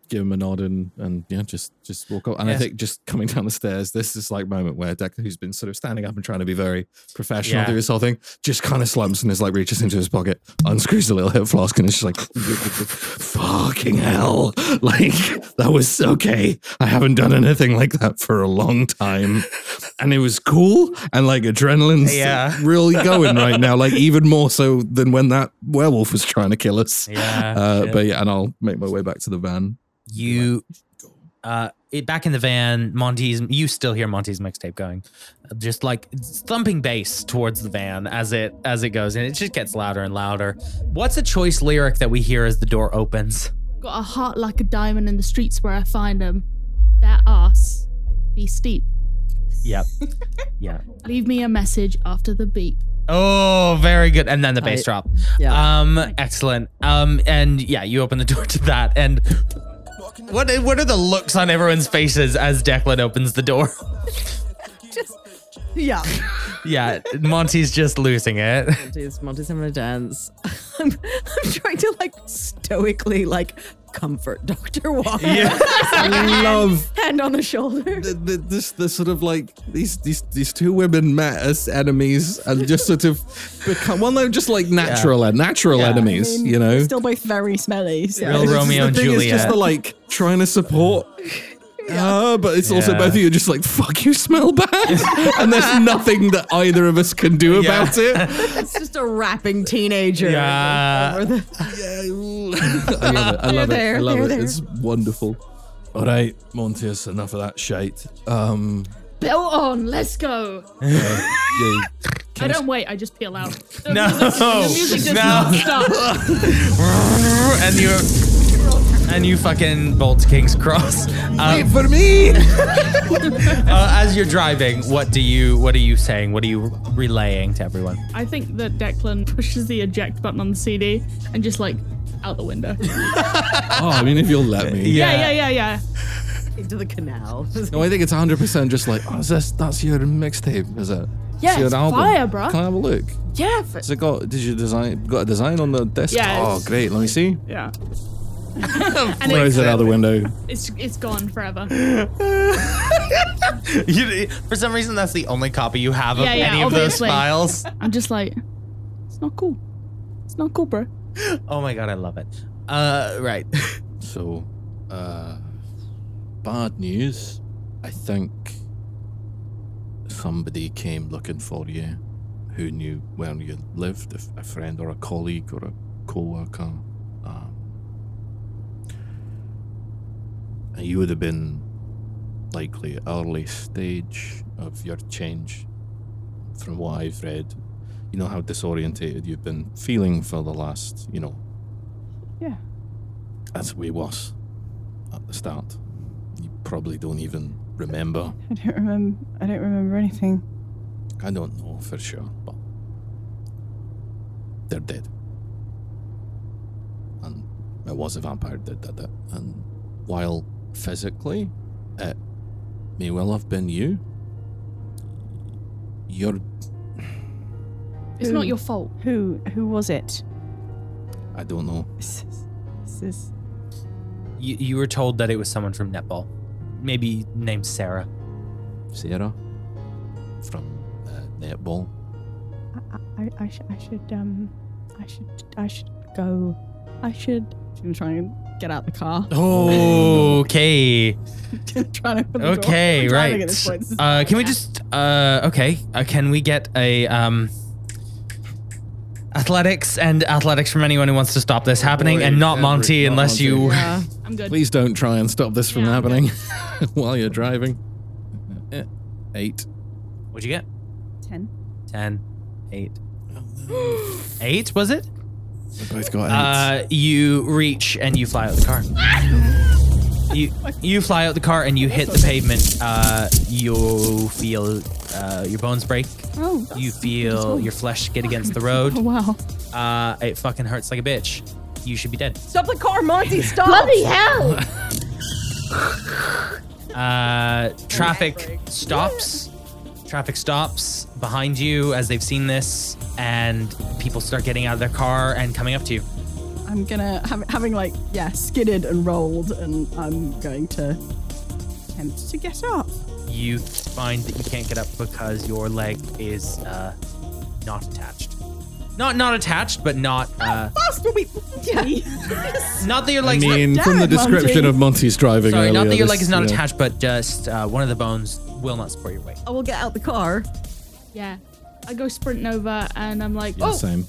Speaker 3: give him a nod and and yeah, just just walk up. And
Speaker 1: Yes.
Speaker 3: I think just coming down the stairs, this is like moment where Decker, who's been sort of standing up and trying to be very professional
Speaker 1: Yeah.
Speaker 3: through this whole thing, just kind of slumps and is like reaches into his pocket, unscrews the little hip flask, and it's just like fucking hell. Like that was okay. I haven't done anything like that for a long time. And it was cool and like adrenaline's
Speaker 1: Yeah.
Speaker 3: really going right now, like even more so than when that werewolf was trying to kill us.
Speaker 1: Yeah.
Speaker 3: Uh,
Speaker 1: yeah.
Speaker 3: But yeah, and I'll make my way back to the van.
Speaker 1: you uh it, back in the van monty's you still hear monty's mixtape going just like thumping bass towards the van as it as it goes and it just gets louder and louder what's a choice lyric that we hear as the door opens
Speaker 2: Got a heart like a diamond in the streets where I find them. That ass be steep.
Speaker 1: yep yeah
Speaker 2: Leave me a message after the beep.
Speaker 1: oh very good and then the bass
Speaker 4: Tight.
Speaker 1: drop
Speaker 4: Yeah.
Speaker 1: um excellent um and yeah you open the door to that and what what are the looks on everyone's faces as declan opens the door
Speaker 4: yeah.
Speaker 1: yeah monty's just losing it
Speaker 4: Monty's, Monty's having a dance. I'm, I'm trying to like stoically like comfort Dr. Walker.
Speaker 3: I love
Speaker 4: Hand on the shoulder.
Speaker 3: the, the, this the sort of like these these these two women met as enemies and just sort of become well no just like natural uh, natural
Speaker 1: Yeah.
Speaker 3: enemies you know
Speaker 7: Still both very smelly. So.
Speaker 1: Real
Speaker 3: It's just-
Speaker 1: Romeo
Speaker 3: the
Speaker 1: and
Speaker 3: thing is just
Speaker 1: Juliet.
Speaker 3: the like trying to support. her, but it's also
Speaker 1: Yeah.
Speaker 3: both of you are just like fuck you smell bad, and there's nothing that either of us can do
Speaker 1: Yeah.
Speaker 3: about it.
Speaker 4: It's just a rapping teenager.
Speaker 1: Yeah.
Speaker 4: Or the-
Speaker 3: I love it. I love it. I
Speaker 4: there,
Speaker 3: love
Speaker 4: they're
Speaker 3: it.
Speaker 4: there.
Speaker 3: It's wonderful. All right, Montius, enough of that shite. Um,
Speaker 2: Bill on, let's go.
Speaker 3: yeah,
Speaker 2: I don't wait, I just peel out. The
Speaker 1: No.
Speaker 2: music, the music does
Speaker 1: No.
Speaker 2: not stop.
Speaker 1: and you and you fucking bolt to King's Cross. Um,
Speaker 10: for me.
Speaker 1: uh, as you're driving, what do you what are you saying? What are you relaying to everyone?
Speaker 2: I think that Declan pushes the eject button on the CD and just like out the window.
Speaker 3: Oh, I mean, if you'll let me.
Speaker 2: yeah, yeah, yeah, yeah.
Speaker 4: Into the canal.
Speaker 3: No, I think it's 100% just like, oh, is this, that's your mixtape, is it?
Speaker 2: Yeah,
Speaker 3: your
Speaker 2: it's fire, bruh.
Speaker 3: Can I have a look?
Speaker 2: Yeah.
Speaker 3: Has it got, did you design, got a design on the disc?
Speaker 2: Yeah,
Speaker 3: oh,
Speaker 2: it's-
Speaker 3: great. Let me see.
Speaker 2: Yeah. and
Speaker 3: Throws it out the window.
Speaker 2: It's it's gone forever.
Speaker 1: You- for some reason, that's the only copy you have of
Speaker 2: Yeah, yeah,
Speaker 1: any of those
Speaker 2: obviously.
Speaker 1: files.
Speaker 2: I'm just like, it's not cool. It's not cool, bro.
Speaker 1: Oh my god, I love it. Uh, right.
Speaker 3: So, uh, bad news. I think somebody came looking for you who knew where you lived, if a friend or a colleague or a co worker. Um, and you would have been likely early stage of your change from what I've read. You know how disorientated you've been feeling for the last, you know,
Speaker 5: Yeah.
Speaker 3: as we was at the start. You probably don't even remember.
Speaker 5: I don't remember. I don't remember anything.
Speaker 3: I don't know for sure, but they're dead. And it was a vampire that did it. And while physically it may well have been you, you're
Speaker 2: It's not your fault.
Speaker 5: Who who was it?
Speaker 3: I don't know.
Speaker 5: This is, this is
Speaker 1: You, you were told that it was someone from Netball, maybe named Sarah.
Speaker 3: Sarah from uh, Netball.
Speaker 5: I, I, I, sh- I should um I should I should go. I should.
Speaker 7: I'm trying to get out the car.
Speaker 1: Okay.
Speaker 7: trying to open the door.
Speaker 1: Oh. Okay,
Speaker 7: I'm driving
Speaker 1: right.
Speaker 7: at this point. This is-
Speaker 1: Uh, can we just? Uh, okay. Uh, can we get a um, athletics and athletics from anyone who wants to stop this happening,
Speaker 3: boy,
Speaker 1: and not
Speaker 3: Edward,
Speaker 1: Monty,
Speaker 3: not
Speaker 1: unless
Speaker 3: Monty.
Speaker 1: you.
Speaker 3: Yeah.
Speaker 2: I'm good.
Speaker 3: Please don't try and stop this from happening while you're driving. Eh, Eight.
Speaker 1: What'd you get?
Speaker 7: Ten.
Speaker 1: Ten. Eight. eight was it?
Speaker 3: We both got
Speaker 1: Uh, you reach and you fly out the car. you you fly out the car and you hit the pavement. Uh, you feel uh, your bones break.
Speaker 2: Oh.
Speaker 1: You feel your flesh get against the road.
Speaker 2: Oh, wow.
Speaker 1: Uh, it fucking hurts like a bitch. You should be dead.
Speaker 4: Stop the car, Monty! Stop!
Speaker 7: Bloody hell!
Speaker 1: Uh, traffic stops. Traffic stops behind you as they've seen this, and people start getting out of their car and coming up to you.
Speaker 7: I'm gonna hav- having like yeah skidded and rolled, and I'm going to attempt to get up.
Speaker 1: You find that you can't get up because your leg is uh, not attached. Not not attached, but not uh,
Speaker 7: Faster, we.
Speaker 1: not that your
Speaker 3: I
Speaker 1: leg's
Speaker 3: mean,
Speaker 1: not,
Speaker 3: from the description of Monty's driving
Speaker 1: sorry, not
Speaker 3: earlier,
Speaker 1: that your
Speaker 3: this-
Speaker 1: leg is not
Speaker 3: yeah.
Speaker 1: attached, but just uh, one of the bones will not support your weight.
Speaker 7: I will get out the car.
Speaker 2: Yeah. I go sprinting over and I'm like,
Speaker 1: Yeah,
Speaker 2: oh,
Speaker 1: same.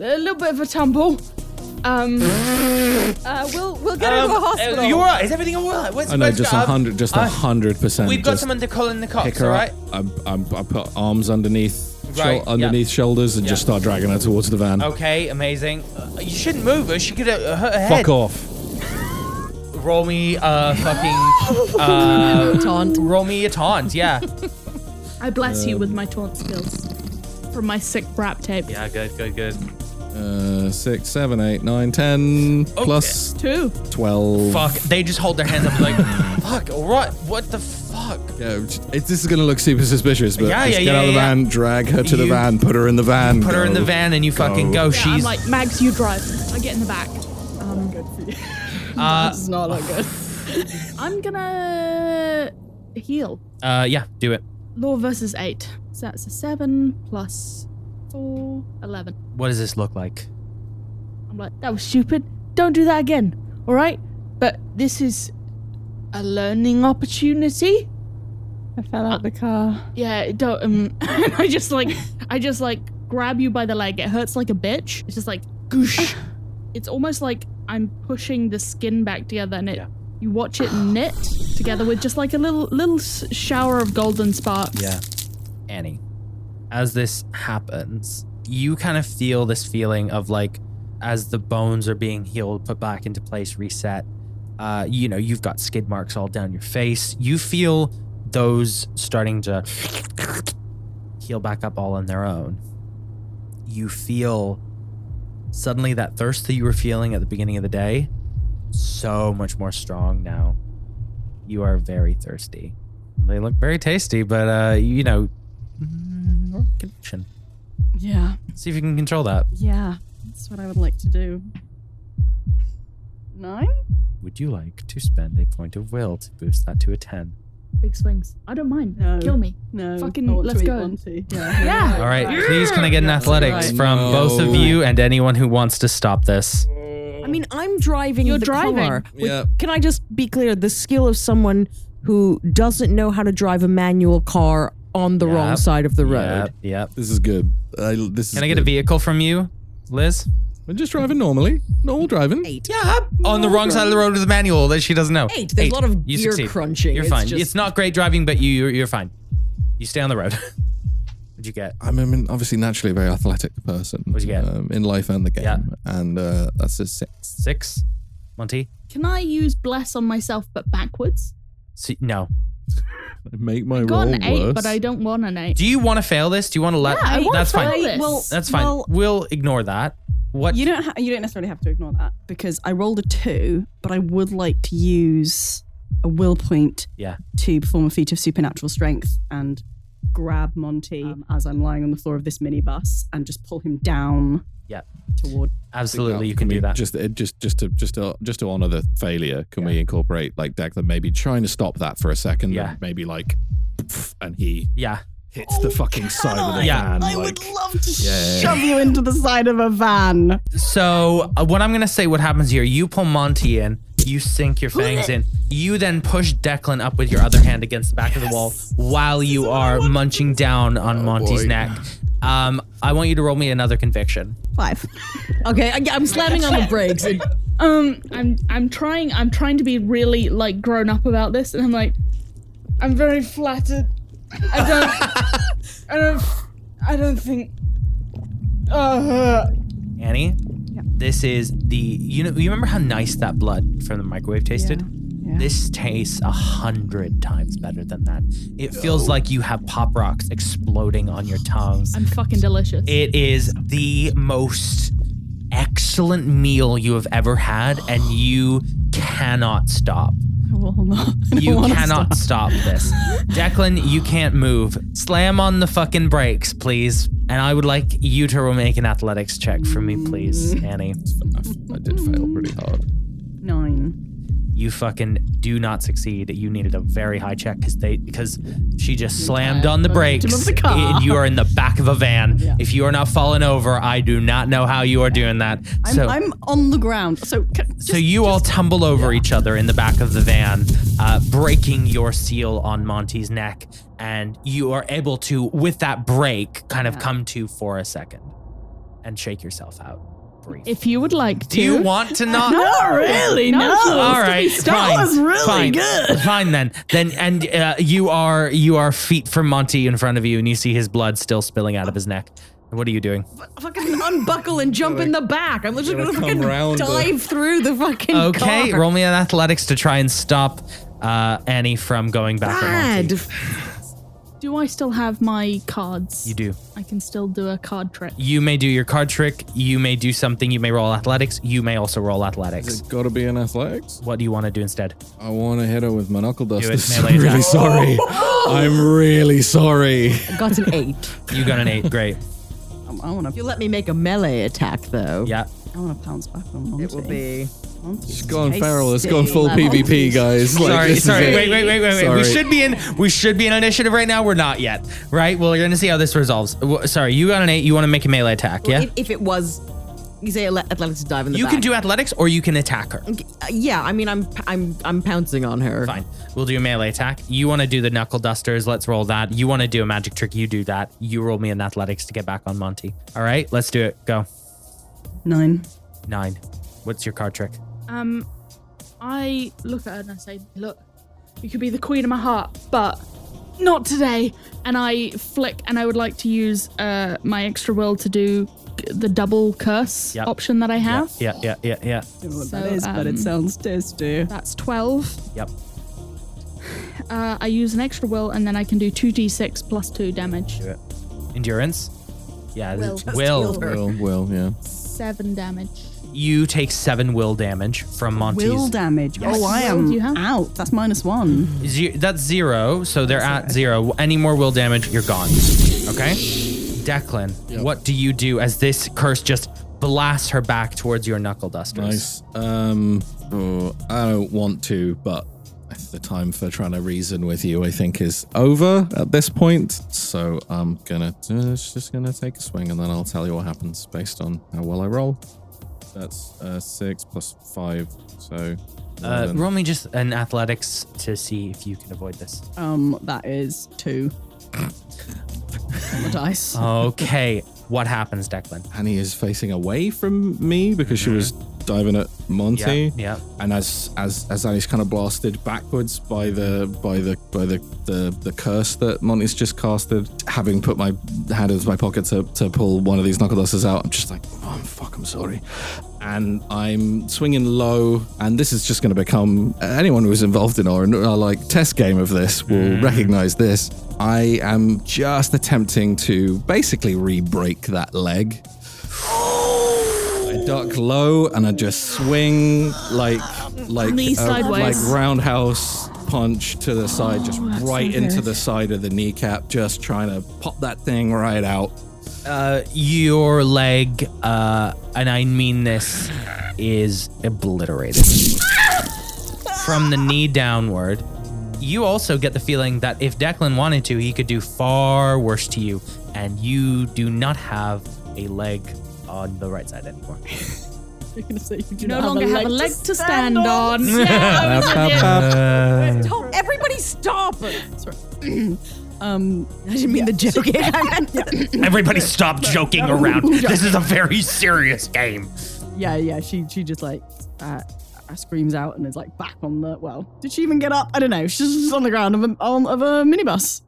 Speaker 2: a little bit of a tumble. Um, uh, we'll we'll get her to
Speaker 1: Um,
Speaker 2: the
Speaker 1: uh,
Speaker 2: hospital.
Speaker 1: you all right? Is everything all right? What's,
Speaker 3: I know,
Speaker 1: what's-
Speaker 3: just a
Speaker 1: uh,
Speaker 3: hundred, just a
Speaker 1: uh,
Speaker 3: hundred percent.
Speaker 1: We've got
Speaker 3: just
Speaker 1: someone to call in the
Speaker 3: pick
Speaker 1: cops, all
Speaker 3: her
Speaker 1: right?
Speaker 3: up. I, I, I put arms underneath, shou-
Speaker 1: Right, yeah. Oh,
Speaker 3: underneath shoulders, and just start dragging her towards the van.
Speaker 1: Okay, amazing. Uh, you shouldn't move her. She could uh, hurt her head.
Speaker 3: Fuck off.
Speaker 1: Roll me a fucking uh, taunt. Roll me a taunt. Yeah.
Speaker 2: I bless you
Speaker 3: Um,
Speaker 2: with my taunt skills from my sick rap tape.
Speaker 1: Yeah. Good. Good. Good.
Speaker 3: Uh, six, seven, eight, nine, ten, plus
Speaker 2: two,
Speaker 3: twelve.
Speaker 1: Fuck. They just hold their hands up like, fuck. All right. What the fuck?
Speaker 3: Yeah, it, this is gonna look super suspicious, but
Speaker 1: Yeah,
Speaker 3: just get
Speaker 1: yeah, yeah,
Speaker 3: out of the
Speaker 1: yeah.
Speaker 3: van, drag her to the
Speaker 1: You-
Speaker 3: van, put her in the van,
Speaker 1: Put her in
Speaker 3: go,
Speaker 1: the van and you fucking go.
Speaker 2: Yeah, I'm
Speaker 1: Oh, She's
Speaker 2: like, Mags, you drive. I get in the back. Um, good for you.
Speaker 1: Uh,
Speaker 7: this is not look good.
Speaker 2: I'm gonna heal.
Speaker 1: uh yeah. Do it.
Speaker 2: Law versus eight. So that's a seven plus four, eleven.
Speaker 1: What does this look like?
Speaker 2: I'm like, that was stupid. Don't do that again. All right? But this is a learning opportunity.
Speaker 5: I fell out the car.
Speaker 2: Yeah, don't. Um, I just like, I just like grab you by the leg. It hurts like a bitch. It's just like goosh. it's almost like I'm pushing the skin back together, and it. You watch it knit together with just like a little little s- shower of golden sparks.
Speaker 1: Yeah. Annie, as this happens, you kind of feel this feeling of like, as the bones are being healed, put back into place, reset, Uh, you know, you've got skid marks all down your face. You feel those starting to heal back up all on their own. You feel suddenly that thirst that you were feeling at the beginning of the day so much more strong now. You are very thirsty. They look very tasty, but uh, you know, mm, connection.
Speaker 5: Yeah.
Speaker 1: See if you can control that.
Speaker 5: Yeah. That's what I would like to do. Nine?
Speaker 1: Would you like to spend a point of will to boost that to a 10?
Speaker 2: Big swings. I don't mind. Kill me.
Speaker 5: No.
Speaker 2: Fucking
Speaker 5: I want to
Speaker 2: let's
Speaker 5: eat
Speaker 2: go.
Speaker 5: one too.
Speaker 2: Yeah.
Speaker 1: All right, please can I get an
Speaker 4: That's
Speaker 1: athletics
Speaker 4: right.
Speaker 1: from
Speaker 4: No.
Speaker 1: both of you and anyone who wants to stop this?
Speaker 4: I mean, I'm driving
Speaker 1: You're
Speaker 4: the
Speaker 1: driving.
Speaker 4: car. with-
Speaker 1: Yeah.
Speaker 4: Can I just be clear? The skill of someone who doesn't know how to drive a manual car on the wrong side of the road.
Speaker 1: Yep, yep.
Speaker 3: This is good. Uh, I, this
Speaker 1: Can I get a vehicle from you, Liz?
Speaker 3: We're just driving normally. Normal driving.
Speaker 4: Eight.
Speaker 1: Yeah. On the wrong side of the road with a manual that she doesn't know.
Speaker 4: Eight. There's a lot of
Speaker 1: You
Speaker 4: gear
Speaker 1: succeed.
Speaker 4: crunching.
Speaker 1: You're
Speaker 4: It's
Speaker 1: fine.
Speaker 4: just-
Speaker 1: It's not great driving, but you you're, you're fine. You stay on the road. What'd you get?
Speaker 3: I'm, I'm obviously naturally a very athletic person. What'd you get? Um, in life and the game. Yeah. And uh, that's a six.
Speaker 1: Six? Monty?
Speaker 2: Can I use bless on myself but backwards?
Speaker 1: See, no.
Speaker 3: Make my
Speaker 2: Got an eight, but I don't want an eight.
Speaker 1: Do you want to fail this? Do you want to let?
Speaker 2: Yeah, I wanna
Speaker 1: that's fine.
Speaker 2: fail this. Well-
Speaker 1: that's fine.
Speaker 5: well-
Speaker 1: we'll ignore that. What?
Speaker 5: You don't. Ha- you don't necessarily have to ignore that because I rolled a two, but I would like to use a will point.
Speaker 1: Yeah.
Speaker 5: To perform a feat of supernatural strength and grab Monty um, as I'm lying on the floor of this minibus and just pull him down.
Speaker 1: Yeah. Uh,
Speaker 5: Toward.
Speaker 1: Absolutely, you
Speaker 3: Can
Speaker 1: can
Speaker 3: we
Speaker 1: do that.
Speaker 3: just uh, just just to just to just to honor the failure? Can we incorporate like Declan maybe trying to stop that for a second?
Speaker 1: Yeah.
Speaker 3: and Maybe like, pff, and he
Speaker 1: yeah
Speaker 3: hits the
Speaker 5: Oh,
Speaker 3: fucking side of the
Speaker 1: Yeah.
Speaker 3: van.
Speaker 1: I
Speaker 3: like,
Speaker 5: Love to
Speaker 3: Yeah.
Speaker 5: shove you into the side of a van.
Speaker 1: So uh, what I'm gonna say, what happens here? You pull Monty in, you sink your fangs in, you then push Declan up with your other hand against the back of the wall while you are munching down on Monty's
Speaker 4: boy.
Speaker 1: neck. Um, I want you to roll me another conviction.
Speaker 5: Five.
Speaker 4: Okay, I, I'm slamming on the brakes. It-
Speaker 2: Um, I'm I'm trying I'm trying to be really like grown up about this, and I'm like, I'm very flattered. I don't I don't I don't think. Uh,
Speaker 1: Annie, this is the you know you remember how nice that blood from the microwave tasted? This tastes a hundred times better than that. It feels like you have pop rocks exploding on your tongue.
Speaker 2: I'm fucking delicious.
Speaker 1: It is the most excellent meal you have ever had, and you cannot stop.
Speaker 5: I will not. I don't
Speaker 1: You
Speaker 5: wanna
Speaker 1: cannot stop. this. Declan, you can't move. Slam on the fucking brakes, please. And I would like you to make an athletics check for me, please, Annie.
Speaker 3: Mm. I did fail pretty hard.
Speaker 5: Nine.
Speaker 1: You fucking do not succeed. You needed a very high check because they because she just slammed on the brakes.
Speaker 5: the car.
Speaker 1: And you are in the back of a van. If you are not falling over, I do not know how you are doing that.
Speaker 5: I'm,
Speaker 1: so
Speaker 5: I'm on the ground. So c-
Speaker 1: So you all tumble over each other in the back of the van, uh, breaking your seal on Monty's neck, and you are able to, with that break, kind of come to for a second and shake yourself out.
Speaker 2: if you would like to,
Speaker 1: Do you want to not?
Speaker 2: Not really, no.
Speaker 1: All right,
Speaker 2: That
Speaker 1: fine.
Speaker 2: was really
Speaker 1: fine,
Speaker 2: good.
Speaker 1: Fine then. Then and uh, you are you are feet from Monty in front of you, and you see his blood still spilling out of his neck. And What are you doing?
Speaker 4: fucking unbuckle and jump in the back. I'm literally
Speaker 1: Gotta
Speaker 4: gonna
Speaker 1: come
Speaker 4: fucking
Speaker 1: round
Speaker 3: uh,
Speaker 1: the-
Speaker 4: dive through the fucking
Speaker 1: Okay,
Speaker 4: car.
Speaker 1: roll me an athletics to try and stop uh, Annie from going back. at Monty.
Speaker 2: Bad. Do I still have my cards?
Speaker 1: You do.
Speaker 2: I can still do a card trick.
Speaker 1: You may do your card trick. You may do something. You may roll athletics. You may also roll athletics.
Speaker 3: Got to be an athletics.
Speaker 1: What do you want to do instead?
Speaker 3: I want to hit her with my knuckle
Speaker 1: it,
Speaker 3: dusters.
Speaker 1: melee
Speaker 3: I'm really
Speaker 1: attack.
Speaker 3: sorry. I'm really sorry.
Speaker 4: Got an eight.
Speaker 1: You got an eight. Great.
Speaker 5: I want to.
Speaker 4: You let me make a melee attack though.
Speaker 1: Yeah.
Speaker 5: I want to pounce back on Monty. It will
Speaker 4: be.
Speaker 5: Monty's
Speaker 3: Gone feral. Let's go
Speaker 5: tasty
Speaker 3: full
Speaker 5: level.
Speaker 3: PvP, guys. Like,
Speaker 1: sorry,
Speaker 3: this is
Speaker 1: sorry.
Speaker 3: it.
Speaker 1: Wait, wait, wait, wait, wait.
Speaker 3: Sorry.
Speaker 1: We should be in. We should be in initiative right now. We're not yet. Right. Well, you're gonna see how this resolves. W- sorry, you got an eight. You want to make a melee attack? Yeah.
Speaker 4: If, if it was, you say athle- athletics to dive in the
Speaker 1: You
Speaker 4: back.
Speaker 1: can do athletics, or you can attack her.
Speaker 4: Uh, yeah, I mean, I'm I'm I'm pouncing on her.
Speaker 1: Fine. We'll do a melee attack. You want to do the knuckle dusters. Let's roll that. You want to do a magic trick. You do that. You roll me an athletics to get back on Monty. All right. Let's do it. Go.
Speaker 5: Nine.
Speaker 1: Nine. What's your card trick?
Speaker 2: Um, I look at her and I say, "Look, you could be the queen of my heart, but not today. And I flick, and I would like to use uh, my extra will to do g- the double curse
Speaker 1: Yep.
Speaker 2: option that I have.
Speaker 1: Yeah, yeah, yeah, yeah. yeah.
Speaker 2: that So, is, but it um, sounds
Speaker 1: tasty.
Speaker 2: That's 12.
Speaker 1: Yep.
Speaker 2: Uh, I use an extra will, and then I can do 2d6 plus 2 damage.
Speaker 1: Do it. Endurance. Yeah.
Speaker 2: Will.
Speaker 1: it's Will.
Speaker 3: Will, will, yeah.
Speaker 2: 7 damage.
Speaker 1: You take seven will damage from Monty's.
Speaker 11: Will damage.
Speaker 1: Yes.
Speaker 11: Oh, I
Speaker 2: Will do you
Speaker 11: am out. That's minus one.
Speaker 1: Ze- that's zero, so they're at zero. Any more will damage, you're gone. Okay? Declan, what do you do as this curse just blasts her back towards your knuckle dusters?
Speaker 3: Nice. Um, oh, I don't want to, but the time for trying to reason with you, I think, is over at this point. So I'm gonna just just gonna take a swing, and then I'll tell you what happens based on how well I roll. That's uh, six plus five, so
Speaker 1: Uh,
Speaker 3: eleven.
Speaker 1: roll me just an athletics to see if you can avoid this.
Speaker 5: Um, that is two. On the dice.
Speaker 1: Okay, what happens, Declan?
Speaker 3: Annie is facing away from me because she was diving at Monty.
Speaker 1: Yeah, yeah.
Speaker 3: And as as as Annie's kind of blasted backwards by the by the by the the, the curse that Monty's just casted, having put my hand into my pocket to, to pull one of these knuckle dusters out, I'm just like, oh fuck, I'm sorry. And I'm swinging low, and this is just going to become anyone who was involved in our, our like test game of this will
Speaker 12: Mm.
Speaker 3: recognize this. I am just attempting to basically re-break that leg. I duck low and I just swing like like uh,
Speaker 12: Knee
Speaker 3: like
Speaker 12: sideways.
Speaker 3: roundhouse punch to the side, just
Speaker 12: that's
Speaker 3: right
Speaker 12: so
Speaker 3: into
Speaker 12: good.
Speaker 3: the side of the kneecap, just trying to pop that thing right out.
Speaker 1: Uh, your leg, uh, and I mean this, is obliterated. From the knee downward, you also get the feeling that if Declan wanted to, he could do far worse to you, and you do not have a leg on the right side anymore.
Speaker 5: You're gonna say you do
Speaker 2: You no
Speaker 5: not
Speaker 2: longer have a leg to stand on.
Speaker 5: Yeah, I was
Speaker 1: Uh,
Speaker 5: like, "Don't- everybody stop! Sorry. um, I didn't mean the joke.
Speaker 9: Everybody stop joking around. This is a very serious game.
Speaker 5: yeah, yeah. She she just like uh, uh, screams out and is like back on the. Well, did she even get up? I don't know. She's just on the ground of a on, of a minibus.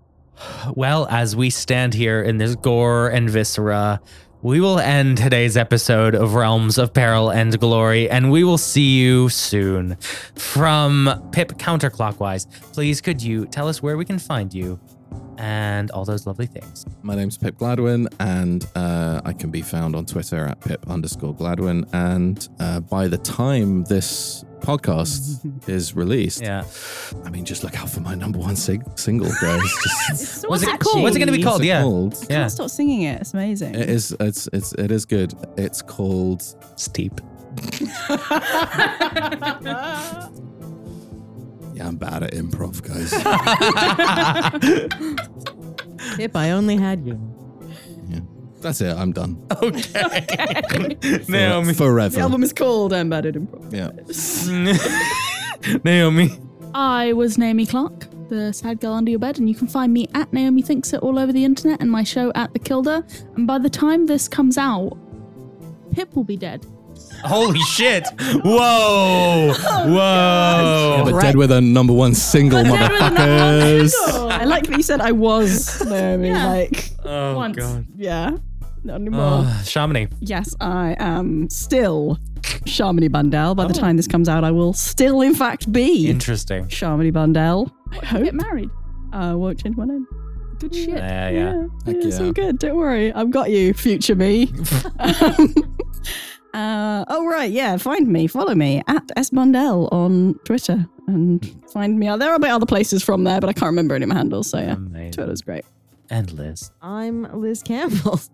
Speaker 1: Well, as we stand here in this gore and viscera, we will end today's episode of Realms of Peril and Glory, and we will see you soon. From Pip counterclockwise, please could you tell us where we can find you and all those lovely things?
Speaker 3: My name's Pip Gladwin, and uh, I can be found on Twitter at pip underscore Gladwin. And uh, by the time this podcast is released,
Speaker 1: yeah,
Speaker 3: I mean, just look out for my number one sing- single, guys. Just-
Speaker 11: So
Speaker 1: What's it-
Speaker 11: catchy.
Speaker 1: what's it gonna be called?
Speaker 3: What's it
Speaker 1: Yeah.
Speaker 3: called?
Speaker 11: I can't stop singing it. It's amazing.
Speaker 3: It is. It's. It's. It is good. It's called
Speaker 1: Steep.
Speaker 3: yeah, I'm bad at improv, guys.
Speaker 4: If I only had you.
Speaker 3: That's it. I'm done.
Speaker 5: Okay.
Speaker 3: For- forever.
Speaker 5: The album is called "I'm Bad at Improv."
Speaker 3: Yeah.
Speaker 1: Naomi.
Speaker 2: I was Naomi Clark, the sad girl under your bed, and you can find me at Naomi Thinks It all over the internet and my show at The Kilda. And by the time this comes out, Pip will be dead.
Speaker 1: Holy shit! Whoa! Whoa!
Speaker 3: Yeah, but dead with a number one single, motherfuckers.
Speaker 5: I like that you said I was. No, I mean like
Speaker 1: Oh,
Speaker 5: once.
Speaker 1: God.
Speaker 5: Yeah, not anymore.
Speaker 1: Uh, Chamonix.
Speaker 5: Yes, I am still Charmony Bundell. By the time this comes out, I will still, in fact, be
Speaker 1: Oh. Interesting.
Speaker 5: Charmony Bundell. Uh,
Speaker 2: Get married.
Speaker 5: I won't change my name.
Speaker 2: Good shit.
Speaker 1: Yeah, yeah.
Speaker 5: Yeah, it's
Speaker 1: yeah.
Speaker 5: all good. Don't worry. I've got you, future me. um, uh, oh, right. Yeah. Find me. Follow me at S Bundell on Twitter and find me. There are a bit other places from there, but I can't remember any of my handles. So, yeah. Twitter's great.
Speaker 1: And Liz.
Speaker 4: I'm Liz Campbell.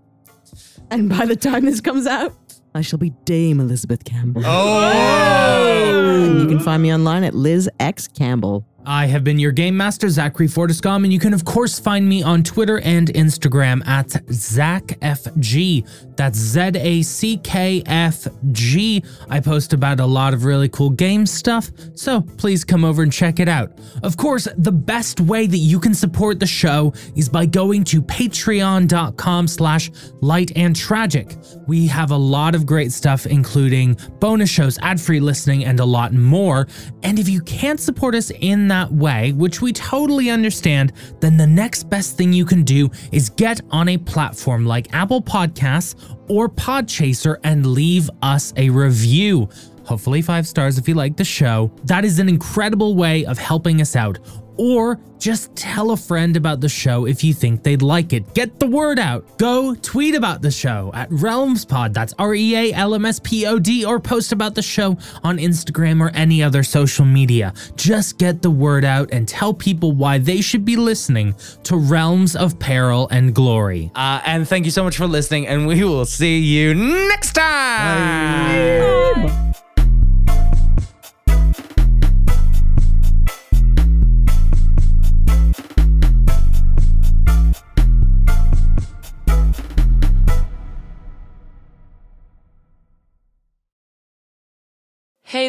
Speaker 4: And by the time this comes out, I shall be Dame Elizabeth Campbell.
Speaker 1: Oh!
Speaker 4: And you can find me online at Liz X Campbell.
Speaker 13: I have been your game master, Zachary Fortiscom, and you can, of course, find me on Twitter and Instagram at ZachFG. That's Z A C K F G. I post about a lot of really cool game stuff, so please come over and check it out. Of course, the best way that you can support the show is by going to patreon.com slash light and tragic. We have a lot of great stuff, including bonus shows, ad-free listening, and a lot more. And if you can't support us in
Speaker 1: that way, which we totally understand, then the next best thing you can do is get on a platform like Apple Podcasts or Podchaser and leave us a review. Hopefully, five stars if you like the show. That is an incredible way of helping us out. Or just tell a friend about the show if you think they'd like it. Get the word out. Go tweet about the show at RealmsPod, that's R E A L M S P O D, or post about the show on Instagram or any other social media. Just get the word out and tell people why they should be listening to Realms of Peril and Glory.
Speaker 10: Uh, and thank you so much for listening, and we will see you next time.
Speaker 14: Hey